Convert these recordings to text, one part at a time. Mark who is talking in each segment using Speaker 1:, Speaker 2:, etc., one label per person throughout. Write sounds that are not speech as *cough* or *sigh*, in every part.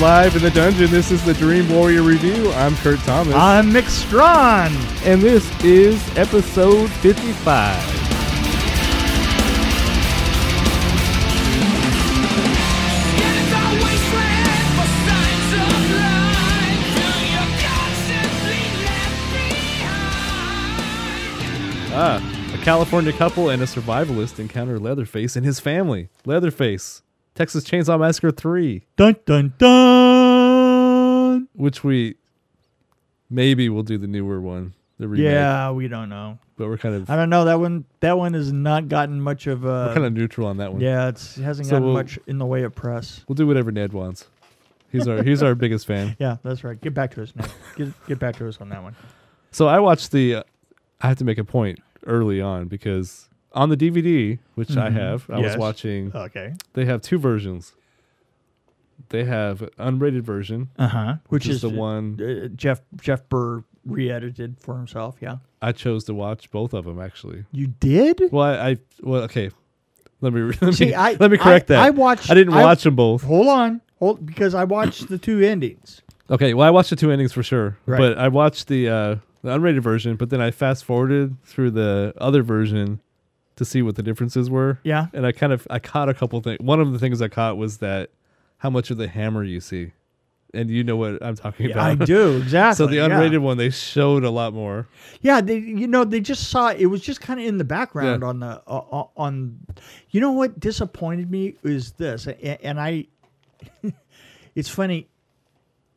Speaker 1: live in the dungeon. This is the Dream Warrior Review. I'm Kurt Thomas.
Speaker 2: I'm Nick Strawn.
Speaker 1: and this is episode 55. Ah, a California couple and a survivalist encounter Leatherface and his family. Leatherface, Texas Chainsaw Massacre 3,
Speaker 2: Dun dun dun.
Speaker 1: which we maybe will do the newer one, the remake.
Speaker 2: Yeah, we don't know.
Speaker 1: But we're kind of
Speaker 2: I don't know that one. That one has not gotten much of a.
Speaker 1: we're kind of neutral on that one.
Speaker 2: yeah, it's, it hasn't
Speaker 1: So
Speaker 2: gotten
Speaker 1: we'll-
Speaker 2: much in the way of press.
Speaker 1: We'll do whatever Ned wants. He's our he's our biggest *laughs* fan.
Speaker 2: Yeah, that's right. Get back to us now. get get back to us on that one.
Speaker 1: So I watched the. Uh, I have to make a point early on because on the DVD, which I have, I
Speaker 2: Yes.
Speaker 1: was watching.
Speaker 2: Okay.
Speaker 1: They have two versions. They have an unrated version,
Speaker 2: Uh huh. Which,
Speaker 1: which is the one
Speaker 2: uh, Jeff Jeff Burr re-edited for himself. Yeah.
Speaker 1: I chose to watch. Both of them actually.
Speaker 2: You did.
Speaker 1: Well, I, I well okay. Let me *laughs* let me
Speaker 2: See, I-
Speaker 1: let me correct
Speaker 2: I-
Speaker 1: that.
Speaker 2: I watched-
Speaker 1: I didn't
Speaker 2: I-
Speaker 1: watch them both.
Speaker 2: Hold on. Hold because I watched the two endings.
Speaker 1: Okay, well, I watched the two endings for sure,
Speaker 2: Right.
Speaker 1: but I watched the uh, the unrated version, but then I fast forwarded through the other version to see what the differences were.
Speaker 2: Yeah.
Speaker 1: and I kind of I caught a couple things. One of the things I caught was that how much of the hammer you see, and *laughs* you know what I'm talking about. *laughs*
Speaker 2: I do exactly.
Speaker 1: so the
Speaker 2: yeah.
Speaker 1: unrated one they showed a lot more.
Speaker 2: Yeah, they you know they just saw it was just kind of in the background
Speaker 1: Yeah.
Speaker 2: on the uh, on you know what disappointed me is this and, and I *laughs* it's funny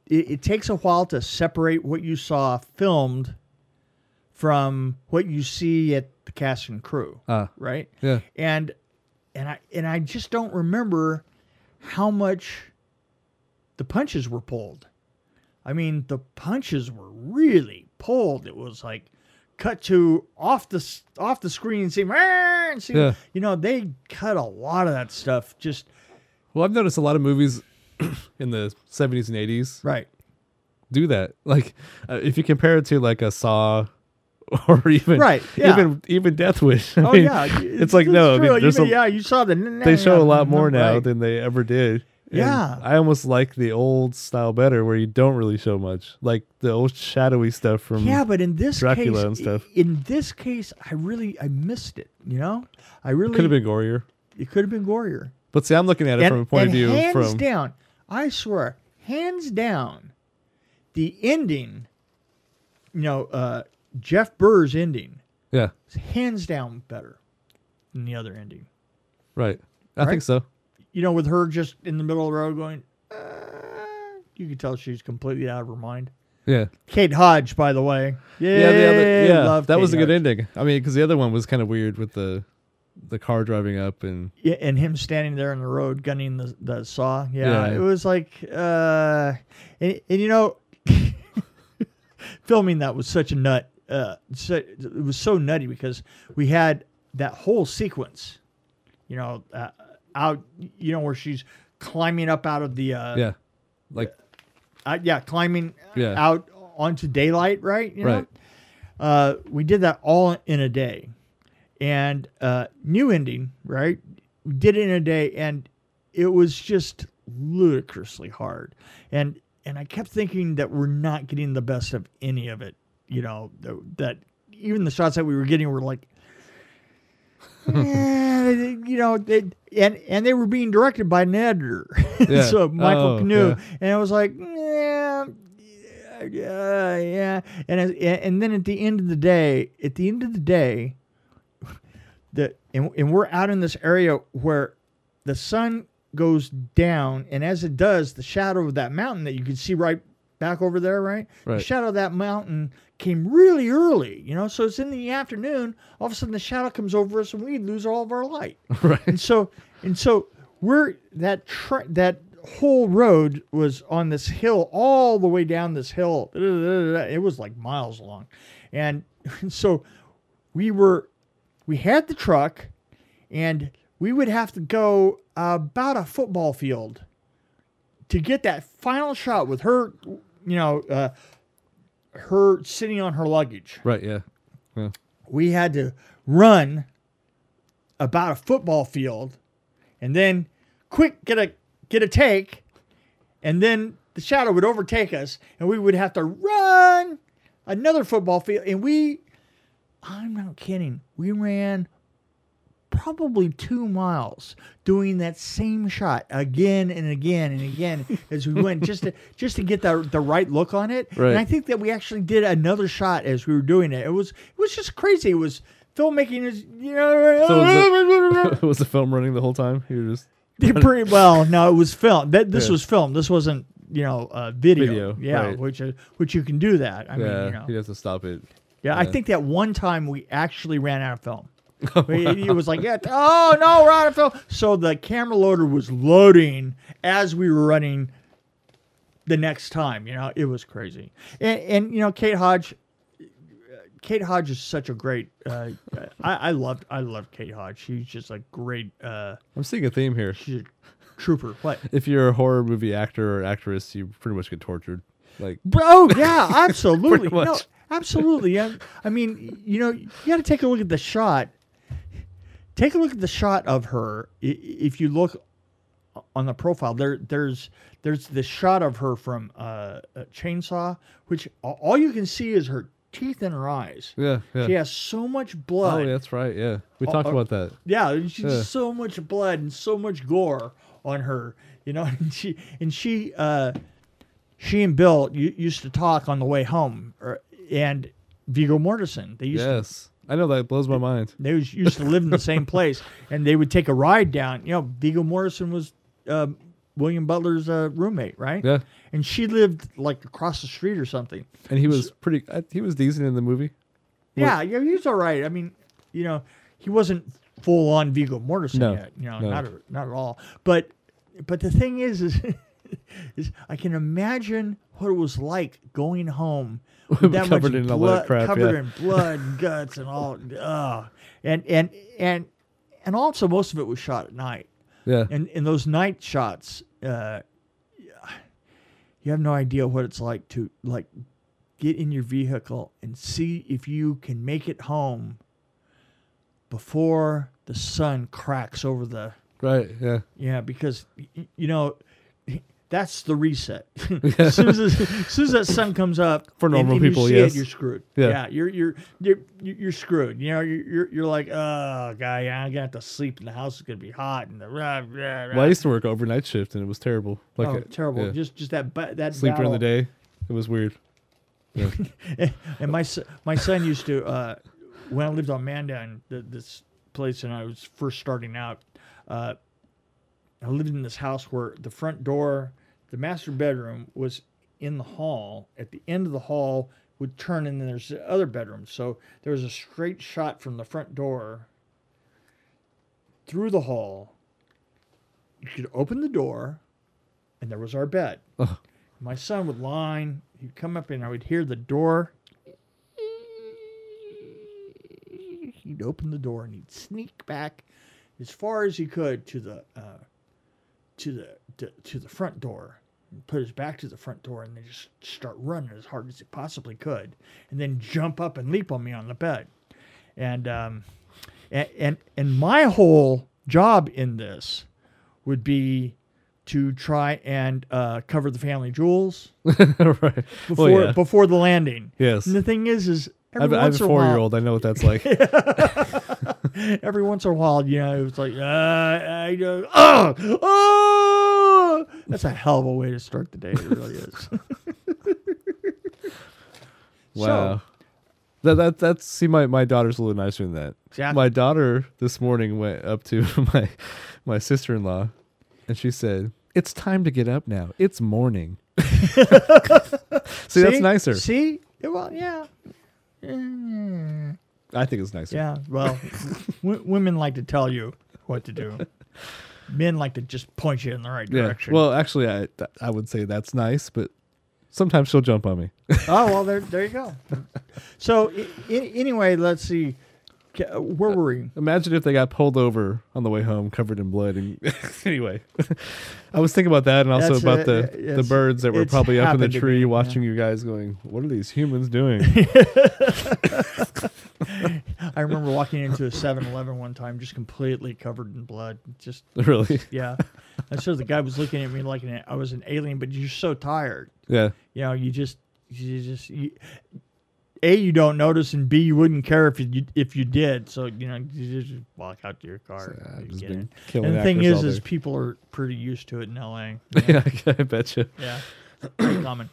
Speaker 2: it, it takes a while to separate what you saw filmed from what you see at the cast and crew
Speaker 1: Ah,
Speaker 2: right
Speaker 1: yeah,
Speaker 2: and and I and I just don't remember how much the punches were pulled. I mean, the punches were really pulled. It was like cut to off the s- off the screen and see, "Arr!" and see
Speaker 1: Yeah.
Speaker 2: you know, they cut a lot of that stuff just
Speaker 1: Well, I've noticed a lot of movies *clears throat* in the 70s and 80s
Speaker 2: right.
Speaker 1: do that. Like uh, if you compare it to like a Saw. *laughs* Or even
Speaker 2: Right, yeah.
Speaker 1: even even Death Wish. I *laughs*
Speaker 2: Oh
Speaker 1: mean,
Speaker 2: yeah,
Speaker 1: it's, like no. I mean,
Speaker 2: true. You
Speaker 1: there's
Speaker 2: know,
Speaker 1: a-
Speaker 2: yeah, you saw the.
Speaker 1: they
Speaker 2: *laughs*
Speaker 1: show a lot more now
Speaker 2: Right.
Speaker 1: than they ever did. And
Speaker 2: Yeah.
Speaker 1: I almost like the old style better, where you don't really show much, like the old shadowy stuff from.
Speaker 2: Yeah, but in this
Speaker 1: Dracula
Speaker 2: case,
Speaker 1: and stuff.
Speaker 2: i- in this case, I really I missed it. You know, I really
Speaker 1: could have been gorier.
Speaker 2: It could have been gorier.
Speaker 1: But see, I'm looking at it from a point of view
Speaker 2: hands
Speaker 1: from
Speaker 2: down, I swear, hands down, the ending, you know, uh, Jeff Burr's ending
Speaker 1: yeah,
Speaker 2: is hands down better than the other ending.
Speaker 1: right. I
Speaker 2: Right?
Speaker 1: think so.
Speaker 2: You know, with her just in the middle of the road going, uh, you can tell she's completely out of her mind.
Speaker 1: Yeah,
Speaker 2: Kate Hodge, by the way. Yeah,
Speaker 1: yeah, the other, yeah.
Speaker 2: love
Speaker 1: that was a
Speaker 2: Kate
Speaker 1: good
Speaker 2: Hodge.
Speaker 1: ending. I mean, because the other one was kind of weird with the the car driving up and
Speaker 2: Yeah, and him standing there in the road gunning the, the saw. Yeah,
Speaker 1: Yeah.
Speaker 2: it was like, uh, and, and you know, *laughs* filming that was such a nut. Uh, so, it was so nutty because we had that whole sequence, you know, uh, out, you know, where she's climbing up out of the, uh,
Speaker 1: yeah, like
Speaker 2: uh, yeah, climbing
Speaker 1: Yeah.
Speaker 2: out onto daylight, right? You know?
Speaker 1: Right.
Speaker 2: Uh, we did that all in a day, and uh, new ending, right? We did it in a day, and it was just ludicrously hard. And and I kept thinking that we're not getting the best of any of it. You know th- that even the shots that we were getting were like. *laughs* eh, you know, they, and and they were being directed by an editor, *laughs*
Speaker 1: Yeah.
Speaker 2: so Michael
Speaker 1: Oh,
Speaker 2: Knew,
Speaker 1: yeah.
Speaker 2: and I was like, yeah, yeah, yeah. And I- and then at the end of the day, at the end of the day, the and, and we're out in this area where the sun goes down, and as it does, the shadow of that mountain that you can see right back over there, right? The
Speaker 1: Right.
Speaker 2: shadow of that mountain came really early, you know. So it's in the afternoon. All of a sudden, the shadow comes over us, and we lose all of our light.
Speaker 1: *laughs* right.
Speaker 2: And so, and so we're that tr that whole road was on this hill all the way down this hill. It was like miles long, and so we were we had the truck, and we would have to go about a football field to get that final shot with her, you know, uh, her sitting on her luggage
Speaker 1: Right. Yeah. *laughs*
Speaker 2: we had to run about a football field and then quick get a get a take and then the shadow would overtake us, and we would have to run another football field. And we, I'm not kidding, we ran probably two miles doing that same shot again and again and again *laughs* as we went just to just to get the the right look on it.
Speaker 1: Right.
Speaker 2: And I think that we actually did another shot as we were doing it. It was it was just crazy. It was filmmaking is you know
Speaker 1: So
Speaker 2: *laughs*
Speaker 1: was, it, was the film running the whole time? You were just
Speaker 2: they pretty well. No, it was film. That this
Speaker 1: Yeah.
Speaker 2: was film. This wasn't you know uh, video.
Speaker 1: Video,
Speaker 2: yeah,
Speaker 1: right.
Speaker 2: which is, which you can do that. I mean,
Speaker 1: yeah.
Speaker 2: you
Speaker 1: You,
Speaker 2: know,
Speaker 1: have to stop it.
Speaker 2: yeah, I think that one time we actually ran out
Speaker 1: *laughs*
Speaker 2: of film. it, it was like, yeah, oh no, we're out of film. So the camera loader was loading as we were running the next time. You know, it was crazy. And, and you know, Kate Hodge, Kate Hodge is such a great. Uh, I, I loved, I loved Kate Hodge. She's just a great. Uh,
Speaker 1: I'm seeing a theme here.
Speaker 2: she's a trooper. What?
Speaker 1: If you're a horror movie actor or actress, you pretty much get tortured. Like
Speaker 2: Bro, oh, yeah, absolutely.
Speaker 1: Pretty
Speaker 2: no,
Speaker 1: much.
Speaker 2: absolutely. Yeah. I mean, you know, you got to take a look at the shot. Take a look at the shot of her. I- If you look on the profile, there, there's there's the shot of her from uh, a chainsaw, which a- all you can see is her teeth and her eyes.
Speaker 1: yeah, yeah.
Speaker 2: She has so much
Speaker 1: Oh,
Speaker 2: blood.
Speaker 1: yeah, that's right. Yeah, we talked
Speaker 2: uh,
Speaker 1: about that.
Speaker 2: Yeah, and she's
Speaker 1: Yeah.
Speaker 2: so much blood and so much gore on her, you know. *laughs* And she and she uh, she and Bill u- used to talk on the way home, or, and Viggo Mortensen. They used to,
Speaker 1: Yes, I know that blows my mind.
Speaker 2: they was- used to live in the same place, and they would take a ride down. You know, Viggo Mortensen was uh, William Butler's uh, roommate, right?
Speaker 1: Yeah,
Speaker 2: And she lived like across the street or something.
Speaker 1: and he was pretty. I- He was decent in the movie.
Speaker 2: Yeah, yeah, he was all right. I mean, you know, he wasn't full on Vigo Mortensen
Speaker 1: No,
Speaker 2: yet. You know,
Speaker 1: no.
Speaker 2: not a, not at all. But but the thing is, is *laughs* is I can imagine what it was like
Speaker 1: *laughs*
Speaker 2: going home with that
Speaker 1: Covered
Speaker 2: much
Speaker 1: in all that
Speaker 2: blood,
Speaker 1: crap,
Speaker 2: covered
Speaker 1: yeah.
Speaker 2: in blood, and guts, and all. Ugh. And and and and also most of it was shot at night.
Speaker 1: Yeah,
Speaker 2: And in those night shots, uh, you have no idea what it's like to like get in your vehicle and see if you can make it home before the sun cracks over the
Speaker 1: right. Yeah,
Speaker 2: yeah because y- y- you know that's the reset. *laughs* as, soon as, as soon as that sun comes up
Speaker 1: For
Speaker 2: and-
Speaker 1: normal
Speaker 2: and you
Speaker 1: people,
Speaker 2: see it,
Speaker 1: yes.
Speaker 2: you're screwed.
Speaker 1: Yeah.
Speaker 2: you're you're you're you're screwed. You know, you're you're, you're like, oh, guy, I'm gonna have to sleep, and the house is gonna be hot, and the rah, rah, rah."
Speaker 1: well, I used to work overnight shift, and it was terrible. Like
Speaker 2: oh,
Speaker 1: uh,
Speaker 2: terrible.
Speaker 1: yeah.
Speaker 2: Just just that ba- that
Speaker 1: sleep during the
Speaker 2: battle.
Speaker 1: day. It was weird.
Speaker 2: and my s- my son used to uh, when I lived on Mandan, th- this place, and I was first starting out. Uh, I lived in this house where the front door, the master bedroom, was in the hall. At the end of the hall would turn, and then there's the other bedroom. So there was a straight shot from the front door through the hall. You could open the door, and there was our bed.
Speaker 1: Oh.
Speaker 2: My son would line. He'd come up and I would hear the door. He'd open the door and he'd sneak back as far as he could to the uh, to the to, to the front door. And put his back to the front door and then just start running as hard as he possibly could, and then jump up and leap on me on the bed. And um, and and, and my whole job in this would be to try and uh, cover the family jewels
Speaker 1: *laughs* right.
Speaker 2: before
Speaker 1: Well, Oh, yeah.
Speaker 2: before the landing.
Speaker 1: Yes.
Speaker 2: And the thing is, is
Speaker 1: I have,
Speaker 2: every
Speaker 1: I have
Speaker 2: once
Speaker 1: a
Speaker 2: in a while,
Speaker 1: four-year-old. I know what that's *laughs* like.
Speaker 2: every once in a while, you know, it's like, uh, I know, oh, oh, that's a hell of a way to start the day. It
Speaker 1: *laughs*
Speaker 2: really is.
Speaker 1: Wow. that that that's see my my daughter's a little nicer than that.
Speaker 2: Yeah.
Speaker 1: My daughter this morning went up to *laughs* my my sister in law, and she said, "It's time to get up now. It's morning." see, that's nicer.
Speaker 2: See, Yeah, well, yeah. Mm,
Speaker 1: I think it's nicer.
Speaker 2: Yeah,
Speaker 1: *laughs*
Speaker 2: well, w- women like to tell you what to do. Men like to just point you in the right
Speaker 1: Yeah.
Speaker 2: direction.
Speaker 1: Well, actually, I th- I would say that's nice, but sometimes she'll jump on me.
Speaker 2: oh well, there there you go. So I- I- anyway, let's see. Ca- Where were we?
Speaker 1: Imagine if they got pulled over on the way home, covered in blood. And *laughs* anyway, I was thinking about that, and also
Speaker 2: That's,
Speaker 1: about
Speaker 2: uh,
Speaker 1: the
Speaker 2: yeah,
Speaker 1: the
Speaker 2: it's-
Speaker 1: birds that were
Speaker 2: it's
Speaker 1: probably up in the
Speaker 2: happened to
Speaker 1: tree
Speaker 2: me,
Speaker 1: watching you guys, going, "What are these humans doing?" *laughs*
Speaker 2: I remember walking into a 7-Eleven one time, just completely covered in blood. Just
Speaker 1: really?
Speaker 2: yeah. And so the guy was looking at me like an, I was an alien, but you're so tired.
Speaker 1: Yeah.
Speaker 2: You know, you just you just you, a you don't notice, and b you wouldn't care if you if you did. So you know, you just walk out to your car.
Speaker 1: Yeah,
Speaker 2: and
Speaker 1: I've
Speaker 2: you
Speaker 1: just
Speaker 2: get
Speaker 1: been
Speaker 2: in.
Speaker 1: killing
Speaker 2: uh, And the thing
Speaker 1: actors
Speaker 2: is,
Speaker 1: all
Speaker 2: is
Speaker 1: day.
Speaker 2: people are pretty used to it in LA.
Speaker 1: *laughs* yeah,
Speaker 2: *laughs*
Speaker 1: I bet you.
Speaker 2: Yeah, pretty common.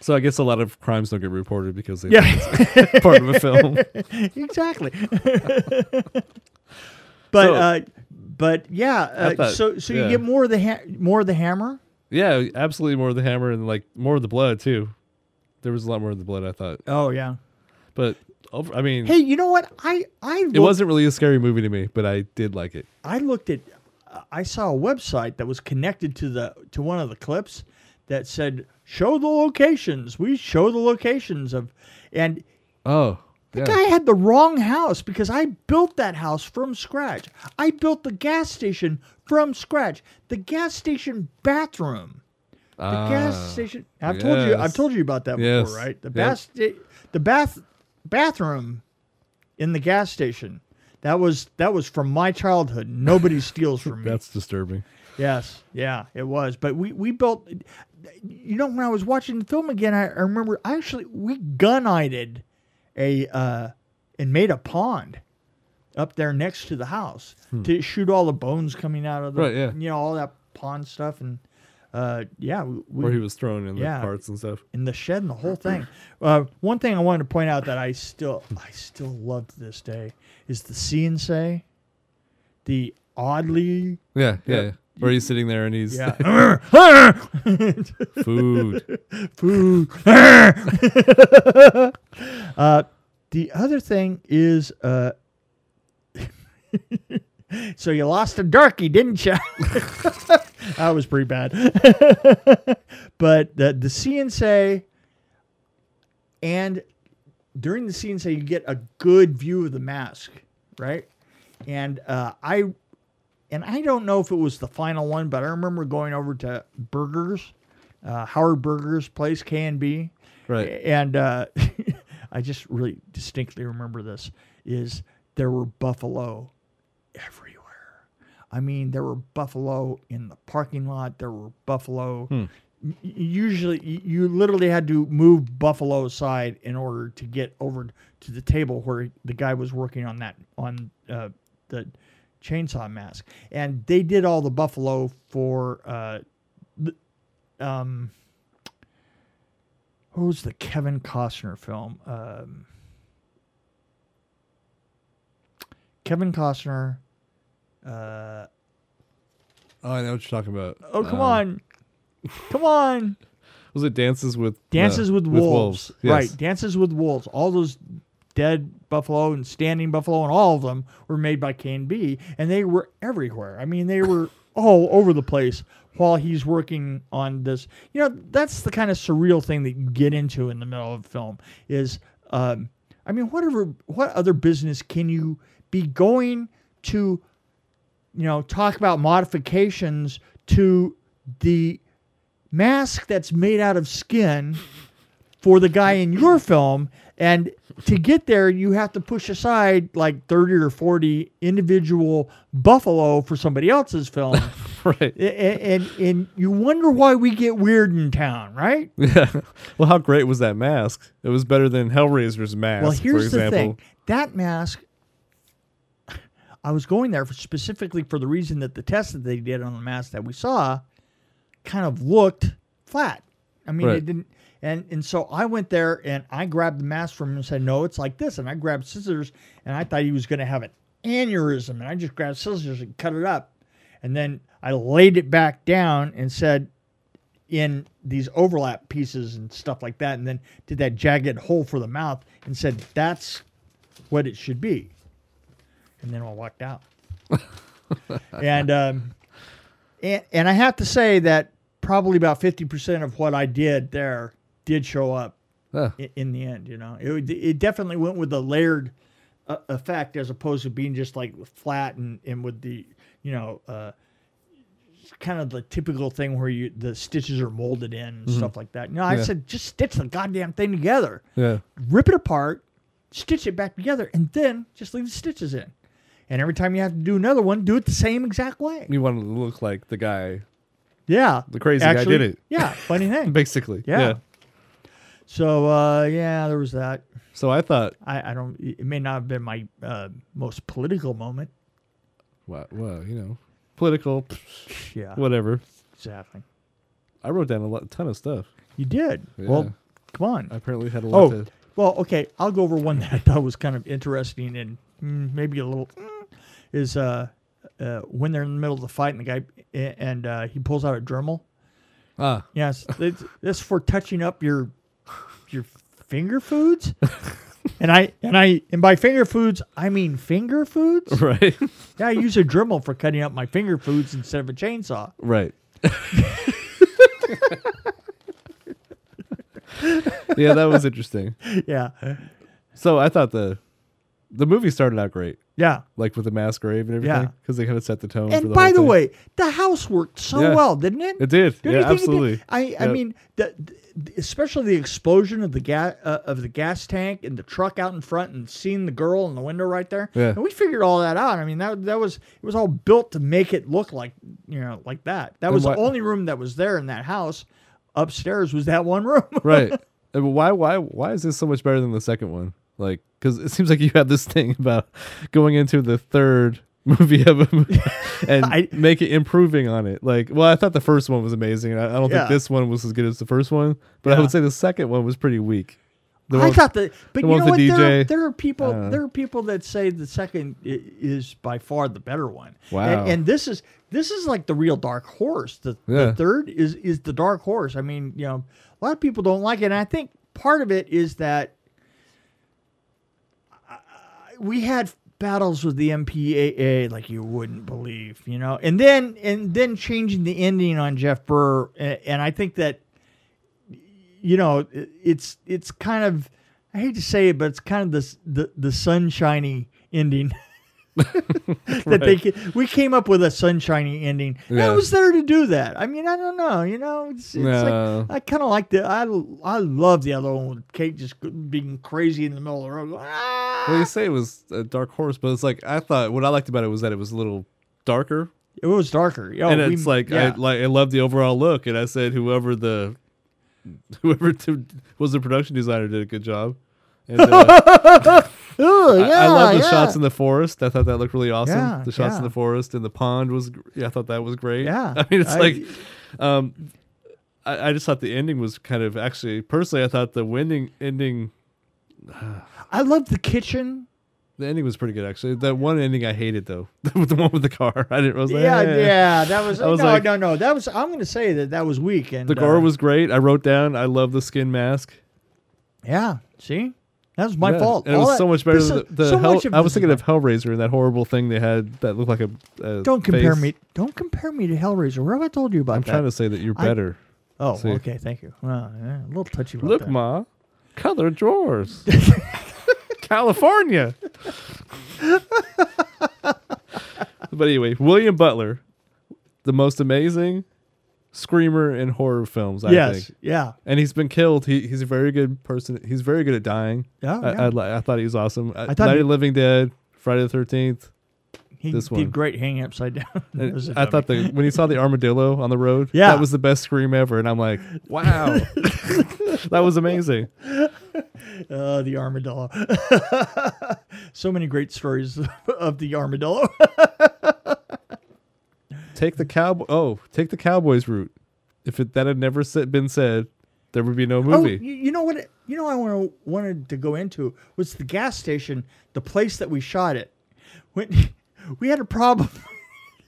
Speaker 1: So I guess a lot of crimes don't get reported because they
Speaker 2: Yeah.
Speaker 1: *laughs* part of a
Speaker 2: *laughs*
Speaker 1: film. *laughs*
Speaker 2: exactly. but
Speaker 1: So-
Speaker 2: uh, but yeah, uh,
Speaker 1: thought-
Speaker 2: so so
Speaker 1: yeah.
Speaker 2: you get more of the ha- more of the hammer.
Speaker 1: Yeah, absolutely more of the hammer and like more of the blood too. There was a lot more of the blood I thought,
Speaker 2: Oh yeah.
Speaker 1: but over, I mean,
Speaker 2: Hey, you know what? I I looked,
Speaker 1: it wasn't really a scary movie to me, but I did like it.
Speaker 2: I looked at uh, I saw a website that was connected to the to one of the clips that said show the locations. We show the locations of and
Speaker 1: Oh,
Speaker 2: the
Speaker 1: yeah.
Speaker 2: guy had the wrong house because I built that house from scratch. I built the gas station from scratch. The gas station bathroom The gas
Speaker 1: Ah.
Speaker 2: station. I've told you.
Speaker 1: yes.
Speaker 2: I've told you about that
Speaker 1: Yes.
Speaker 2: before, right? The
Speaker 1: Yep.
Speaker 2: bath, the bath, bathroom, in the gas station. That was that was from my childhood.
Speaker 1: *laughs*
Speaker 2: Nobody steals from me.
Speaker 1: That's disturbing.
Speaker 2: yes, yeah, it was. But we we built. You know, when I was watching the film again, I, I remember I actually we gun-eyed a uh, and made a pond up there next to the house to shoot all the bones coming out of the
Speaker 1: Hmm. Right, yeah.
Speaker 2: you know all that pond stuff and uh, yeah we, we
Speaker 1: Where he was thrown in
Speaker 2: Yeah.
Speaker 1: the parts and stuff.
Speaker 2: in the shed and the whole thing. Uh, one thing I wanted to point out that I still I still love to this day is the CNC, the oddly
Speaker 1: Yeah, yeah. Where he's sitting there and he's
Speaker 2: *laughs* yeah
Speaker 1: *laughs*
Speaker 2: Ah, *laughs*
Speaker 1: food.
Speaker 2: food. uh, the other thing is uh, *laughs* so you lost a darkie, didn't you? *laughs* that was pretty bad. *laughs* but the the CNC and during the CNC you get a good view of the mask, right? And uh, I and I don't know if it was the final one, but I remember going over to Burgers, uh, Howard Burgers place K and B,
Speaker 1: Right.
Speaker 2: and uh, *laughs* I just really distinctly remember this is there were buffalo everywhere. I mean, there were buffalo in the parking lot. There were buffalo. Y- Usually, y- you literally had to move buffalo aside in order to get over to the table where the guy was working on that on uh, the chainsaw mask. And they did all the buffalo for uh, the, um, what was the Kevin Costner film? Um, Kevin Costner. Uh,
Speaker 1: Oh, I know what you're talking about.
Speaker 2: oh,
Speaker 1: Um,
Speaker 2: come on. Come on.
Speaker 1: Was it Dances with
Speaker 2: Dances
Speaker 1: no,
Speaker 2: with, Wolves.
Speaker 1: Yes.
Speaker 2: Right. Dances with Wolves. All those dead buffalo and standing buffalo and all of them were made by K and B, and they were everywhere. I mean, they *laughs* were all over the place while he's working on this. You know, that's the kind of surreal thing that you get into in the middle of film is um I mean, whatever what other business can you be going to you know, talk about modifications to the mask that's made out of skin for the guy in your film. And to get there, you have to push aside like 30 or 40 individual buffalo for somebody
Speaker 1: *laughs*
Speaker 2: else's film.
Speaker 1: Right.
Speaker 2: A- a- and, and, you wonder why we get weird in town, right?
Speaker 1: Yeah. Well, how great was that mask? It was better than Hellraiser's mask,
Speaker 2: Well, here's
Speaker 1: for
Speaker 2: the
Speaker 1: example.
Speaker 2: thing that mask. I was going there for specifically for the reason that the test that they did on the mask that we saw kind of looked flat. I mean,
Speaker 1: Right.
Speaker 2: it didn't. And and so I went there and I grabbed the mask from him and said, "No, it's like this." And I grabbed scissors and I thought he was going to have an aneurysm, and I just grabbed scissors and cut it up, and then I laid it back down and said, "In these overlap pieces and stuff like that," and then did that jagged hole for the mouth and said, "That's what it should be," and then I walked out. and um, and, and I have to say that probably about 50% of what I did there did show up
Speaker 1: Huh.
Speaker 2: i- in the end, you know. It would- it definitely went with the layered uh, effect as opposed to being just like flat and, and with the you know uh, kind of the typical thing where you the stitches are molded in and stuff like that. No, I
Speaker 1: Mm-hmm. Yeah.
Speaker 2: said just stitch the goddamn thing together,
Speaker 1: Yeah.
Speaker 2: rip it apart, stitch it back together, and then just leave the stitches in. And every time you have to do another one, do it the same exact way.
Speaker 1: You want to look like the guy,
Speaker 2: Yeah,
Speaker 1: the crazy guy did it.
Speaker 2: Yeah, funny
Speaker 1: *laughs*
Speaker 2: thing.
Speaker 1: basically.
Speaker 2: Yeah. So uh, yeah, there was that.
Speaker 1: So I thought,
Speaker 2: I, I don't. It may not have been my uh, most political moment. *laughs*
Speaker 1: well, well you know, political, psh,
Speaker 2: Yeah,
Speaker 1: whatever.
Speaker 2: exactly.
Speaker 1: I wrote down a lot, ton of stuff.
Speaker 2: You did.
Speaker 1: Yeah.
Speaker 2: Well, come on.
Speaker 1: I apparently had a lot
Speaker 2: oh,
Speaker 1: to.
Speaker 2: well, okay. I'll go over one *laughs* that I thought was kind of interesting and mm, maybe a little mm, is uh, uh, when they're in the middle of the fight and the guy a- and uh, he pulls out a Dremel.
Speaker 1: Ah,
Speaker 2: Yes, *laughs* it's, that's for touching up your your
Speaker 1: *laughs*
Speaker 2: finger foods. And I and I and by finger foods I mean finger foods.
Speaker 1: *laughs*
Speaker 2: *laughs*
Speaker 1: right.
Speaker 2: Yeah, I use a Dremel for cutting up my finger foods instead of a chainsaw. *laughs*
Speaker 1: right. yeah, that was interesting.
Speaker 2: Yeah,
Speaker 1: So I thought the the movie started out great,
Speaker 2: yeah.
Speaker 1: like with the mass grave and
Speaker 2: Yeah.
Speaker 1: everything, because they kind of set the tone. for
Speaker 2: And
Speaker 1: the
Speaker 2: by
Speaker 1: whole
Speaker 2: the
Speaker 1: thing.
Speaker 2: way, the house worked so
Speaker 1: Yeah.
Speaker 2: well, didn't it?
Speaker 1: it did.
Speaker 2: Don't you
Speaker 1: yeah,
Speaker 2: think it did?
Speaker 1: absolutely.
Speaker 2: I,
Speaker 1: Yeah.
Speaker 2: I mean, the, the- especially the explosion of the gas uh, of the gas tank and the truck out in front, and seeing the girl in the window right there.
Speaker 1: Yeah.
Speaker 2: And we figured all that out. I mean, that that was it was all built to make it look like you know like that. That was
Speaker 1: why-
Speaker 2: the only room that was there in that house. Upstairs was that one room.
Speaker 1: *laughs*
Speaker 2: *laughs*
Speaker 1: right. And why why why is this so much better than the second one? Like, because it seems like you have this *laughs* thing about going into the third *laughs* movie of a
Speaker 2: *laughs*
Speaker 1: movie and
Speaker 2: I-
Speaker 1: make it improving on it. Like, well, I thought the first one was amazing. and I, I don't
Speaker 2: Yeah.
Speaker 1: think this one was as good as the first one, but I
Speaker 2: Yeah.
Speaker 1: would say the second one was pretty weak. The
Speaker 2: I
Speaker 1: one-
Speaker 2: thought that,
Speaker 1: the
Speaker 2: but you
Speaker 1: one
Speaker 2: know what?
Speaker 1: with the
Speaker 2: There, are,
Speaker 1: DJ.
Speaker 2: there are people.
Speaker 1: Uh.
Speaker 2: there are people that say the second i- is by far the better one.
Speaker 1: Wow.
Speaker 2: And, and this is this is like the real dark horse. The,
Speaker 1: Yeah.
Speaker 2: the third is is the dark horse. I mean, you know, a lot of people don't like it, and I think part of it is that uh, we had battles with the MPAA like you wouldn't believe, you know. And then and then changing the ending on Jeff Burr, a- and, I think that you know it- it's it's kind of I hate to say it, but it's kind of this the the sunshiny
Speaker 1: *laughs*
Speaker 2: ending. *laughs* that they ca- we came up with a sunshiny ending.
Speaker 1: Yeah.
Speaker 2: I was there to do that. I mean, I don't know. You know, it's, it's
Speaker 1: No.
Speaker 2: like I kind of like the I I love the other one with Kate just being crazy in the middle of the road. going, "Ah!"
Speaker 1: Well, you say it was a dark horse, but it's like I thought. What I liked about it was that it was a little darker,
Speaker 2: It was darker. Oh,
Speaker 1: and
Speaker 2: we-
Speaker 1: it's like
Speaker 2: yeah.
Speaker 1: I like I love the overall look. And I said whoever the whoever t- was the production designer did a good job. And,
Speaker 2: *laughs*
Speaker 1: uh,
Speaker 2: Ooh,
Speaker 1: I- I love the
Speaker 2: yeah,
Speaker 1: shots in the forest. I thought that looked really awesome.
Speaker 2: Yeah,
Speaker 1: the shots in
Speaker 2: yeah.
Speaker 1: the forest and the pond was. gr- Yeah, I thought that was great.
Speaker 2: Yeah,
Speaker 1: *laughs* I mean, it's
Speaker 2: I-
Speaker 1: like, um, I, I just thought the ending was kind of actually personally. I thought the ending ending
Speaker 2: I love the kitchen.
Speaker 1: the ending was pretty good actually. That one ending I hated though, *laughs* the one with the car. I didn't. I was like,
Speaker 2: yeah,
Speaker 1: "Eh."
Speaker 2: yeah, that was,
Speaker 1: I was
Speaker 2: no,
Speaker 1: like-
Speaker 2: no, no. That was. I'm going to say that that was weak. And
Speaker 1: The
Speaker 2: uh,
Speaker 1: gore was great. I wrote down. I love the skin mask.
Speaker 2: Yeah. See, that was my
Speaker 1: Yeah,
Speaker 2: fault.
Speaker 1: And it
Speaker 2: All
Speaker 1: was
Speaker 2: that-
Speaker 1: so much better
Speaker 2: this
Speaker 1: than
Speaker 2: is-
Speaker 1: the, the
Speaker 2: so
Speaker 1: Hell-
Speaker 2: much
Speaker 1: I was
Speaker 2: this
Speaker 1: thinking
Speaker 2: *laughs* is
Speaker 1: of Hellraiser and that horrible thing they had that looked like a. a
Speaker 2: my- Don't compare
Speaker 1: face.
Speaker 2: me. Don't compare me to Hellraiser. What have I told you about
Speaker 1: I'm
Speaker 2: that?
Speaker 1: trying to say that you're
Speaker 2: I-
Speaker 1: better.
Speaker 2: oh,
Speaker 1: see.
Speaker 2: okay. Thank you. Well, yeah, a little touchy. About
Speaker 1: Look,
Speaker 2: that.
Speaker 1: Ma, color drawers.
Speaker 2: *laughs*
Speaker 1: California. but anyway, William Butler, the most amazing screamer in horror films, I
Speaker 2: Yes.
Speaker 1: think.
Speaker 2: Yeah.
Speaker 1: And he's been killed. He, he's a very good person. He's very good at dying.
Speaker 2: Yeah.
Speaker 1: I,
Speaker 2: Oh, yeah.
Speaker 1: I, li- I thought he was awesome. I
Speaker 2: thought
Speaker 1: Night
Speaker 2: he-
Speaker 1: of the Living Dead, Friday the Thirteenth.
Speaker 2: he
Speaker 1: this
Speaker 2: did
Speaker 1: one.
Speaker 2: great hanging upside down. *laughs* That was a
Speaker 1: I thought
Speaker 2: dummy.
Speaker 1: the when he saw
Speaker 2: *laughs*
Speaker 1: the armadillo on the road,
Speaker 2: Yeah.
Speaker 1: that was the best scream ever. And I'm
Speaker 2: *laughs*
Speaker 1: like, wow, that was amazing.
Speaker 2: Uh, the armadillo. *laughs* so many great stories *laughs* of the armadillo.
Speaker 1: Take the cowboy. Oh, take the Cowboys route. If it, that had never sa- been said, there would be no
Speaker 2: Oh, *laughs*
Speaker 1: movie.
Speaker 2: you, you know what? You know, I wanna, wanted to go into was the gas station, the place that we shot it. When *laughs* we had a problem.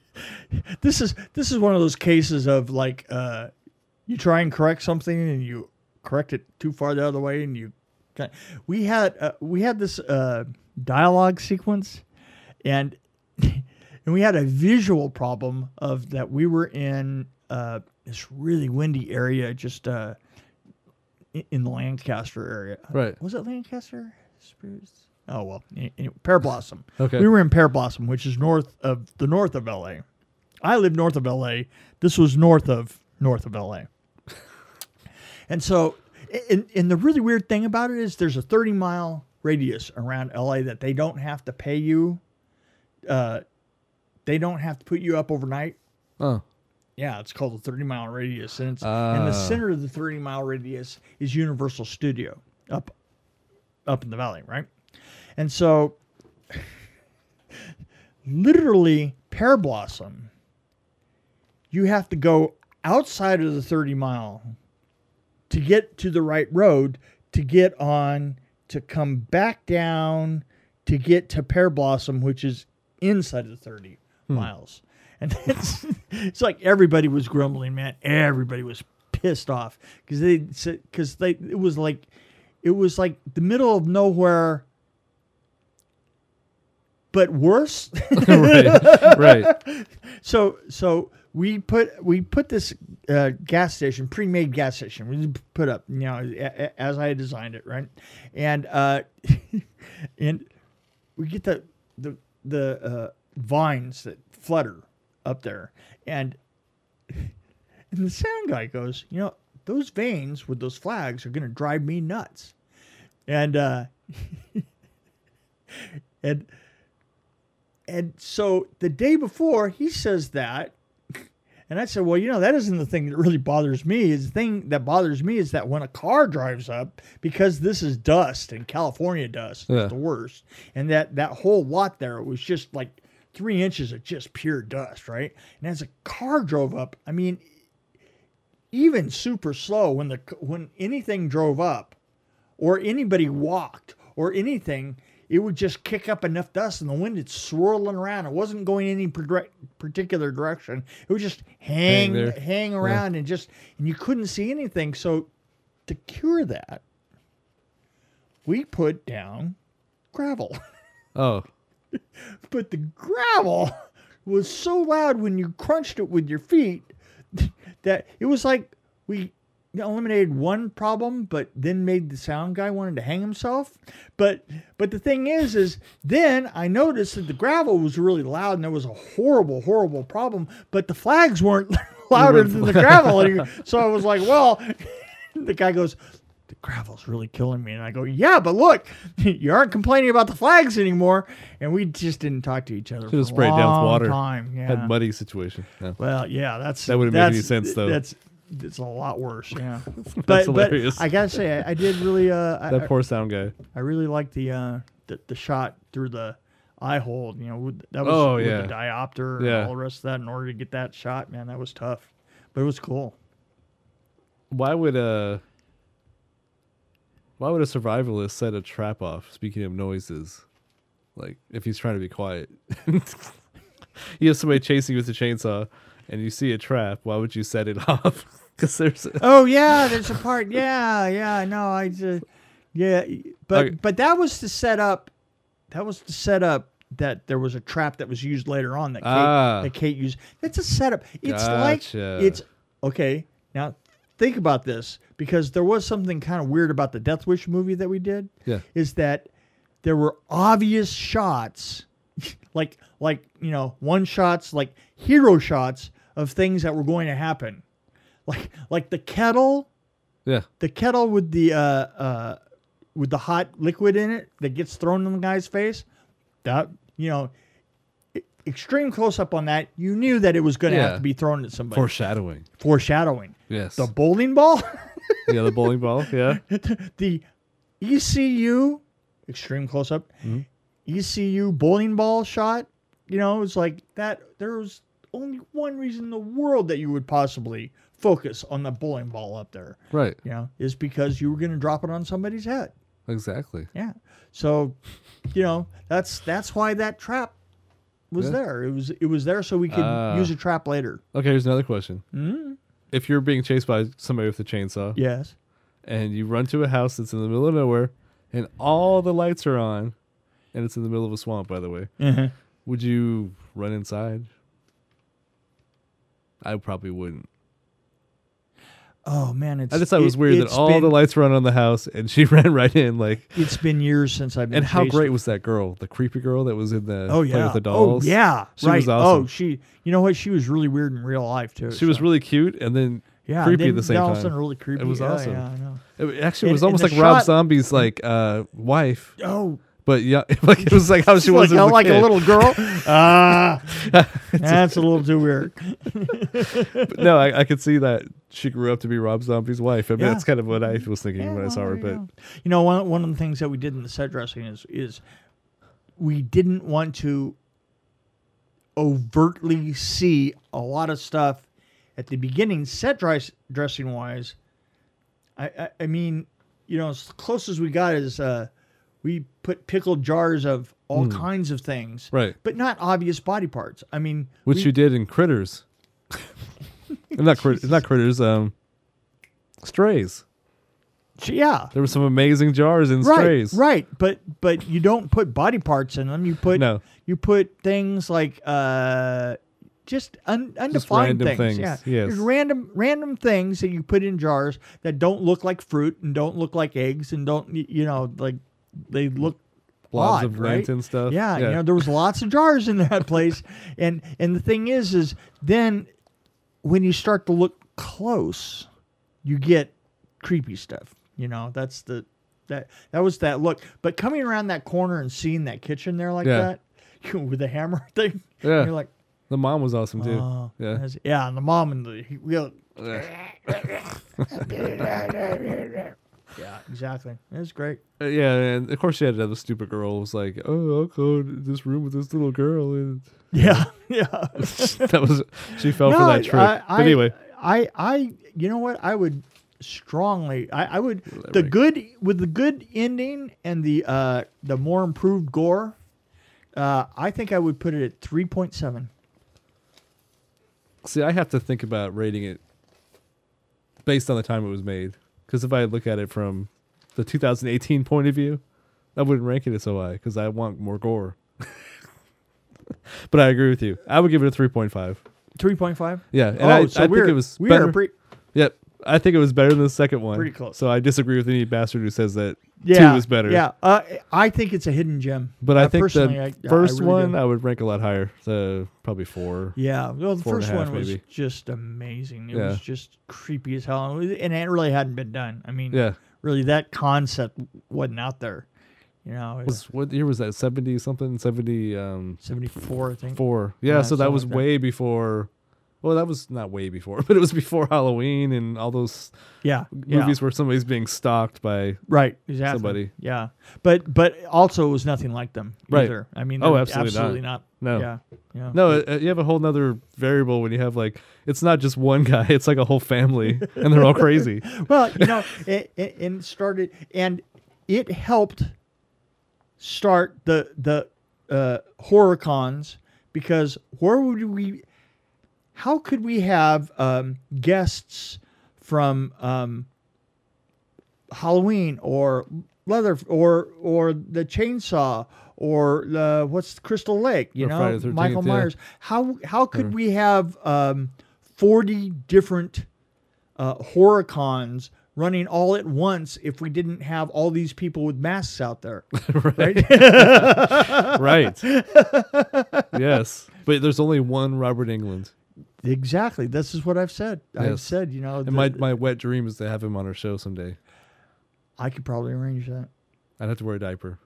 Speaker 2: *laughs* this is this is one of those cases of like uh, you try and correct something and you correct it too far the other way and you. kind- We had uh, we had this uh, dialogue sequence, and *laughs* and we had a visual problem of that we were in uh, this really windy area, just uh, in- in the Lancaster area.
Speaker 1: Right.
Speaker 2: Was it Lancaster? Spruce? Oh well, a- anyway, Pear Blossom.
Speaker 1: Okay.
Speaker 2: We were in Pear Blossom, which is north of the north of LA. I live north of LA. This was north of north of LA. *laughs* and so, and, and the really weird thing about it is there's a 30 mile radius around LA that they don't have to pay you. Uh, they don't have to put you up overnight.
Speaker 1: Oh,
Speaker 2: Yeah, it's called the 30 mile radius, and it's and the
Speaker 1: Ah.
Speaker 2: center of the 30 mile radius is Universal Studio up up in the valley, right? And so, *laughs* literally, Pear Blossom, you have to go outside of the 30 mile to get to the right road to get on to come back down to get to Pear Blossom, which is inside of the 30 miles. And *laughs* it's, it's like everybody was grumbling, man. Everybody was pissed off because they because they it was like it was like the middle of nowhere, but worse.
Speaker 1: *laughs* right, right.
Speaker 2: so so we put we put this uh, gas station pre-made gas station we put up you know a- a- as I had designed it right and uh, *laughs* and we get the the the uh, vines that flutter up there and and the sound guy goes you know those veins with those flags are gonna drive me nuts and uh, *laughs* and and so the day before, he says that. And I said, well, you know, that isn't the thing that really bothers me. Is the thing that bothers me is that when a car drives up, because this is dust and California dust,
Speaker 1: Yeah.
Speaker 2: it's the worst. And that that whole lot there was just like three inches of just pure dust, right? And as a car drove up, I mean, even super slow when the when anything drove up, or anybody walked or anything, it would just kick up enough dust and the wind is swirling around. It wasn't going any par- particular direction. It would just hang
Speaker 1: Hang
Speaker 2: hang,
Speaker 1: there.
Speaker 2: around and just and you couldn't see anything. So to cure that, we put down gravel. *laughs*
Speaker 1: Oh,
Speaker 2: but the gravel was so loud when you crunched it with your feet *laughs* that it was like we eliminated one problem but then made the sound guy wanted to hang himself but but the thing is is then i noticed that the gravel was really loud and there was a horrible horrible problem but the flags weren't *laughs* louder than the gravel And so i was like well *laughs* the guy goes the gravel's really killing me and i go yeah but look *laughs* you aren't complaining about the flags anymore and we just didn't talk to each other
Speaker 1: Should've
Speaker 2: for
Speaker 1: sprayed
Speaker 2: a
Speaker 1: it
Speaker 2: long
Speaker 1: down with water.
Speaker 2: time yeah
Speaker 1: had muddy situation. No.
Speaker 2: well, yeah, that's
Speaker 1: That wouldn't make any
Speaker 2: that's-
Speaker 1: sense, though.
Speaker 2: That's it's a lot worse.
Speaker 1: *laughs*
Speaker 2: Yeah, but
Speaker 1: hilarious.
Speaker 2: but I gotta say, I, I did really uh, I,
Speaker 1: That poor sound guy.
Speaker 2: I really liked the uh the, the shot through the eye hole. You know, with, that was
Speaker 1: Oh,
Speaker 2: with
Speaker 1: yeah.
Speaker 2: the diopter
Speaker 1: Yeah.
Speaker 2: and all the rest of that. In order to get that shot, man, that was tough, but it was cool.
Speaker 1: Why would uh why would a survivalist set a trap off? Speaking of noises, like if he's trying to be quiet, *laughs* you have somebody chasing you with a chainsaw, and you see a trap. Why would you set it *laughs* off? Because there's
Speaker 2: Oh yeah, there's a part. Yeah, yeah. No, I just yeah, but
Speaker 1: Okay.
Speaker 2: but that was to set up. That was to set up that there was a trap that was used later on that Kate,
Speaker 1: Ah.
Speaker 2: that Kate used. That's a setup. It's like
Speaker 1: Gotcha.
Speaker 2: it's okay. Now think about this because there was something kind of weird about the Death Wish movie that we did.
Speaker 1: Yeah.
Speaker 2: is that there were obvious shots, *laughs* like like you know one shots like hero shots of things that were going to happen, like like the kettle
Speaker 1: yeah,
Speaker 2: the kettle with the uh, uh, with the hot liquid in it that gets thrown in the guy's face. That you know, e- extreme close up on that. You knew that it was going to have
Speaker 1: Yeah.
Speaker 2: to be thrown at somebody.
Speaker 1: foreshadowing.
Speaker 2: Foreshadowing
Speaker 1: Yes,
Speaker 2: the bowling ball, *laughs*
Speaker 1: yeah, the bowling ball. Yeah,
Speaker 2: the ECU extreme close up,
Speaker 1: Hmm?
Speaker 2: ECU bowling ball shot. You know, it's like that. There was only one reason in the world that you would possibly focus on the bowling ball up there.
Speaker 1: *laughs* right,
Speaker 2: You know, is because you were going to drop it on somebody's head.
Speaker 1: exactly.
Speaker 2: Yeah. So, you know, that's that's why that trap was
Speaker 1: Yeah.
Speaker 2: there. It was it was there so we could
Speaker 1: Ah.
Speaker 2: use a trap later.
Speaker 1: Okay, here's another question. If you're being chased by somebody with a chainsaw,
Speaker 2: Yes.
Speaker 1: and you run to a house that's in the middle of nowhere and all the lights are on and it's in the middle of a swamp by the way
Speaker 2: Uh-huh.
Speaker 1: would you run inside i probably wouldn't
Speaker 2: Oh man, it's.
Speaker 1: I just thought it was weird that
Speaker 2: it's
Speaker 1: all the
Speaker 2: been-
Speaker 1: lights were on in the house and she *laughs* ran right in like
Speaker 2: It's been years since I've been.
Speaker 1: and how
Speaker 2: chased.
Speaker 1: great was that girl, the creepy girl that was in the
Speaker 2: Oh
Speaker 1: playing
Speaker 2: yeah.
Speaker 1: with the dolls?
Speaker 2: Oh yeah.
Speaker 1: She
Speaker 2: right.
Speaker 1: was awesome.
Speaker 2: Oh, she. You know what? She was really weird in real life too.
Speaker 1: She was
Speaker 2: so-
Speaker 1: really cute and then
Speaker 2: yeah,
Speaker 1: creepy
Speaker 2: then
Speaker 1: at the same
Speaker 2: all of a
Speaker 1: time.
Speaker 2: sudden really creepy.
Speaker 1: was
Speaker 2: Yeah,
Speaker 1: awesome.
Speaker 2: Yeah, I know.
Speaker 1: It actually it was
Speaker 2: And- and
Speaker 1: almost
Speaker 2: the
Speaker 1: like Rob
Speaker 2: shot-
Speaker 1: Zombie's like uh wife,
Speaker 2: Oh,
Speaker 1: but yeah, *laughs* like it was like how she
Speaker 2: she's like,
Speaker 1: was as
Speaker 2: like
Speaker 1: kid.
Speaker 2: a little girl. Ah, that's a little too weird.
Speaker 1: But *laughs* no, I, I could see that she grew up to be Rob Zombie's wife. I mean,
Speaker 2: Yeah. Mm-hmm.
Speaker 1: that's kind of what I was thinking
Speaker 2: Yeah,
Speaker 1: when I
Speaker 2: well,
Speaker 1: saw
Speaker 2: there
Speaker 1: her.
Speaker 2: you
Speaker 1: But
Speaker 2: go. you know, one one of the things that we did in the set dressing is is we didn't want to overtly see a lot of stuff at the beginning set dress, dressing wise. I, I I mean, you know, as close as we got is uh, we put pickled jars of all kinds of things,
Speaker 1: Hmm. right,
Speaker 2: but not obvious body parts. I mean,
Speaker 1: which
Speaker 2: we-
Speaker 1: you did in Critters, *laughs* not crit, not Critters, um, Strays.
Speaker 2: yeah.
Speaker 1: There were some amazing jars in
Speaker 2: Right,
Speaker 1: Strays.
Speaker 2: right, but but you don't put body parts in them. You put
Speaker 1: No,
Speaker 2: you put things like uh just un- undefined
Speaker 1: random
Speaker 2: things,
Speaker 1: things,
Speaker 2: yeah
Speaker 1: yes.
Speaker 2: Just random random things that you put in jars that don't look like fruit and don't look like eggs and don't y- you know like they look
Speaker 1: blobs
Speaker 2: odd,
Speaker 1: of
Speaker 2: right?
Speaker 1: lint and stuff.
Speaker 2: yeah, you know there was lots of jars in
Speaker 1: *laughs*
Speaker 2: that place and and the thing is is then when you start to look close you get creepy stuff you know that's the that that was that look but coming around that corner and seeing that kitchen there like
Speaker 1: Yeah.
Speaker 2: that *laughs* with the hammer thing
Speaker 1: Yeah.
Speaker 2: you're like
Speaker 1: the mom was awesome too.
Speaker 2: oh
Speaker 1: yeah,
Speaker 2: that's- yeah and the mom and the he- yeah, *laughs* yeah exactly it
Speaker 1: *laughs*
Speaker 2: was great
Speaker 1: Uh, yeah, and of course she had another stupid girl who was like, "Oh, I'll go to this room with this little girl," and *laughs*
Speaker 2: yeah *laughs* yeah
Speaker 1: that was she fell Oh, for that trick.
Speaker 2: I,
Speaker 1: but anyway,
Speaker 2: I, I, I, you know what? I would strongly, I, I would
Speaker 1: that
Speaker 2: the
Speaker 1: right.
Speaker 2: good with the good ending and the uh the more improved gore. Uh, I think I would put it at three point seven.
Speaker 1: see, I have to think about rating it based on the time it was made, because if I look at it from the 2018 point of view, I wouldn't rank it as so high because I want more gore. *laughs* but I agree with you. I would give it a 3.5.
Speaker 2: Three point five.
Speaker 1: Yeah, and
Speaker 2: oh,
Speaker 1: I,
Speaker 2: so
Speaker 1: I
Speaker 2: we're,
Speaker 1: think it was
Speaker 2: we
Speaker 1: better.
Speaker 2: are pre-
Speaker 1: Yep. I think it was better than the second one.
Speaker 2: Pretty close.
Speaker 1: So I disagree with any bastard who says that
Speaker 2: yeah,
Speaker 1: two is better.
Speaker 2: Yeah, uh, I think it's a hidden gem.
Speaker 1: But I
Speaker 2: Uh,
Speaker 1: think
Speaker 2: personally,
Speaker 1: the
Speaker 2: I- I
Speaker 1: first
Speaker 2: really do.
Speaker 1: one uh, I would rank a lot higher. So probably four.
Speaker 2: Yeah, well, the
Speaker 1: Four and a
Speaker 2: first
Speaker 1: half,
Speaker 2: one was
Speaker 1: maybe.
Speaker 2: just amazing. It
Speaker 1: Yeah.
Speaker 2: was just creepy as hell, and it really hadn't been done. I mean,
Speaker 1: Yeah.
Speaker 2: really that concept wasn't out there. You know, it was
Speaker 1: Was what year was that? Seventy something? Seventy um
Speaker 2: 74, I think.
Speaker 1: four. Yeah,
Speaker 2: Yeah,
Speaker 1: so that
Speaker 2: something
Speaker 1: was
Speaker 2: like that.
Speaker 1: way before well, that was not way before, *laughs* but it was before Halloween and all those
Speaker 2: Yeah, yeah.
Speaker 1: movies where somebody's being stalked by
Speaker 2: Right, exactly.
Speaker 1: somebody.
Speaker 2: Yeah. But but also it was nothing like them
Speaker 1: Right.
Speaker 2: either. I mean,
Speaker 1: Oh,
Speaker 2: they're
Speaker 1: absolutely not. No.
Speaker 2: not. Yeah. Yeah.
Speaker 1: No, uh, you have a whole nother variable when you have like it's not just one guy; *laughs* it's like a whole family, and they're all
Speaker 2: *laughs*
Speaker 1: crazy.
Speaker 2: well, you know, it, it, and started and it helped start the the uh, horror cons because where would we? How could we have um, guests from um, Halloween or Leather or or the Chainsaw or the what's Crystal Lake? You
Speaker 1: Or
Speaker 2: know,
Speaker 1: Friday the 13th,
Speaker 2: Michael
Speaker 1: yeah.
Speaker 2: Myers. How how could we have um, forty different uh, horror cons running all at once if we didn't have all these people with masks out
Speaker 1: *laughs*
Speaker 2: there. right? *laughs*
Speaker 1: right. yes, but there's only one Robert England,
Speaker 2: exactly. This is what I've said. I've
Speaker 1: Yes.
Speaker 2: said, you know,
Speaker 1: and my,
Speaker 2: the-
Speaker 1: my wet dream is to have him on our show someday.
Speaker 2: I could probably arrange that.
Speaker 1: I'd have to wear a diaper.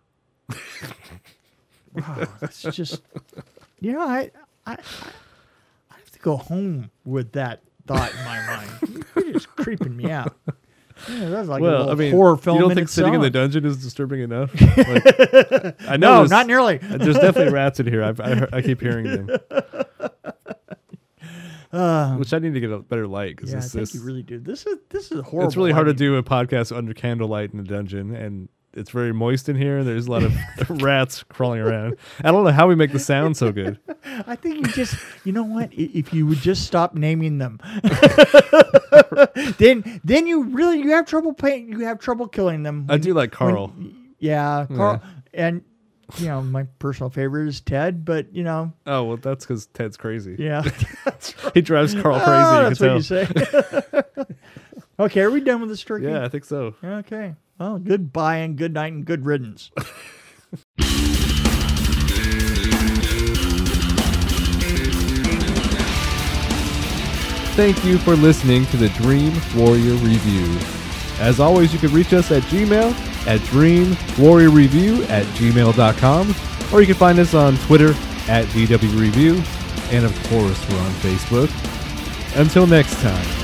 Speaker 2: Wow, it's just, you know, I, I, I, I have to go home with that thought in my mind. *laughs* You're just creeping me out. Yeah, that's like a
Speaker 1: well,
Speaker 2: little
Speaker 1: I mean,
Speaker 2: horror film.
Speaker 1: you don't
Speaker 2: in
Speaker 1: think
Speaker 2: its
Speaker 1: sitting in
Speaker 2: own.
Speaker 1: the dungeon is disturbing enough?
Speaker 2: *laughs*
Speaker 1: Like, I know.
Speaker 2: No,
Speaker 1: there's,
Speaker 2: not nearly.
Speaker 1: there's definitely rats in here. I've, I, hear- I keep hearing them,
Speaker 2: Uh,
Speaker 1: which I need to get a better light because
Speaker 2: yeah, I
Speaker 1: this,
Speaker 2: think
Speaker 1: this
Speaker 2: you really do. This is this is horrible.
Speaker 1: it's really hard to
Speaker 2: lighting.
Speaker 1: do a podcast under candlelight in a dungeon and. It's very moist in here. and There's a lot
Speaker 2: *laughs*
Speaker 1: of rats crawling around. I don't know how we make the sound so good.
Speaker 2: I think you just, you know what? I- If you would just stop naming them,
Speaker 1: *laughs*
Speaker 2: then then you really you have trouble paying. You have trouble killing them.
Speaker 1: I
Speaker 2: when-
Speaker 1: do like
Speaker 2: when-
Speaker 1: Carl.
Speaker 2: yeah, Carl, and you know my personal favorite is Ted, but you know,
Speaker 1: Oh well, that's because Ted's crazy. *laughs*
Speaker 2: yeah, that's
Speaker 1: He drives Carl crazy.
Speaker 2: Oh,
Speaker 1: you
Speaker 2: that's
Speaker 1: can
Speaker 2: what you
Speaker 1: tell.
Speaker 2: say. *laughs* Okay, are we done
Speaker 1: *laughs*
Speaker 2: with this turkey?
Speaker 1: Yeah, I think so.
Speaker 2: Okay. Well, goodbye and good night and good riddance.
Speaker 1: Thank you for listening to the Dream Warrior Review. As always, you can reach us at Gmail at dreamwarriorreview at gmail.com, or you can find us on Twitter at DW Review, and of course, we're on Facebook. Until next time.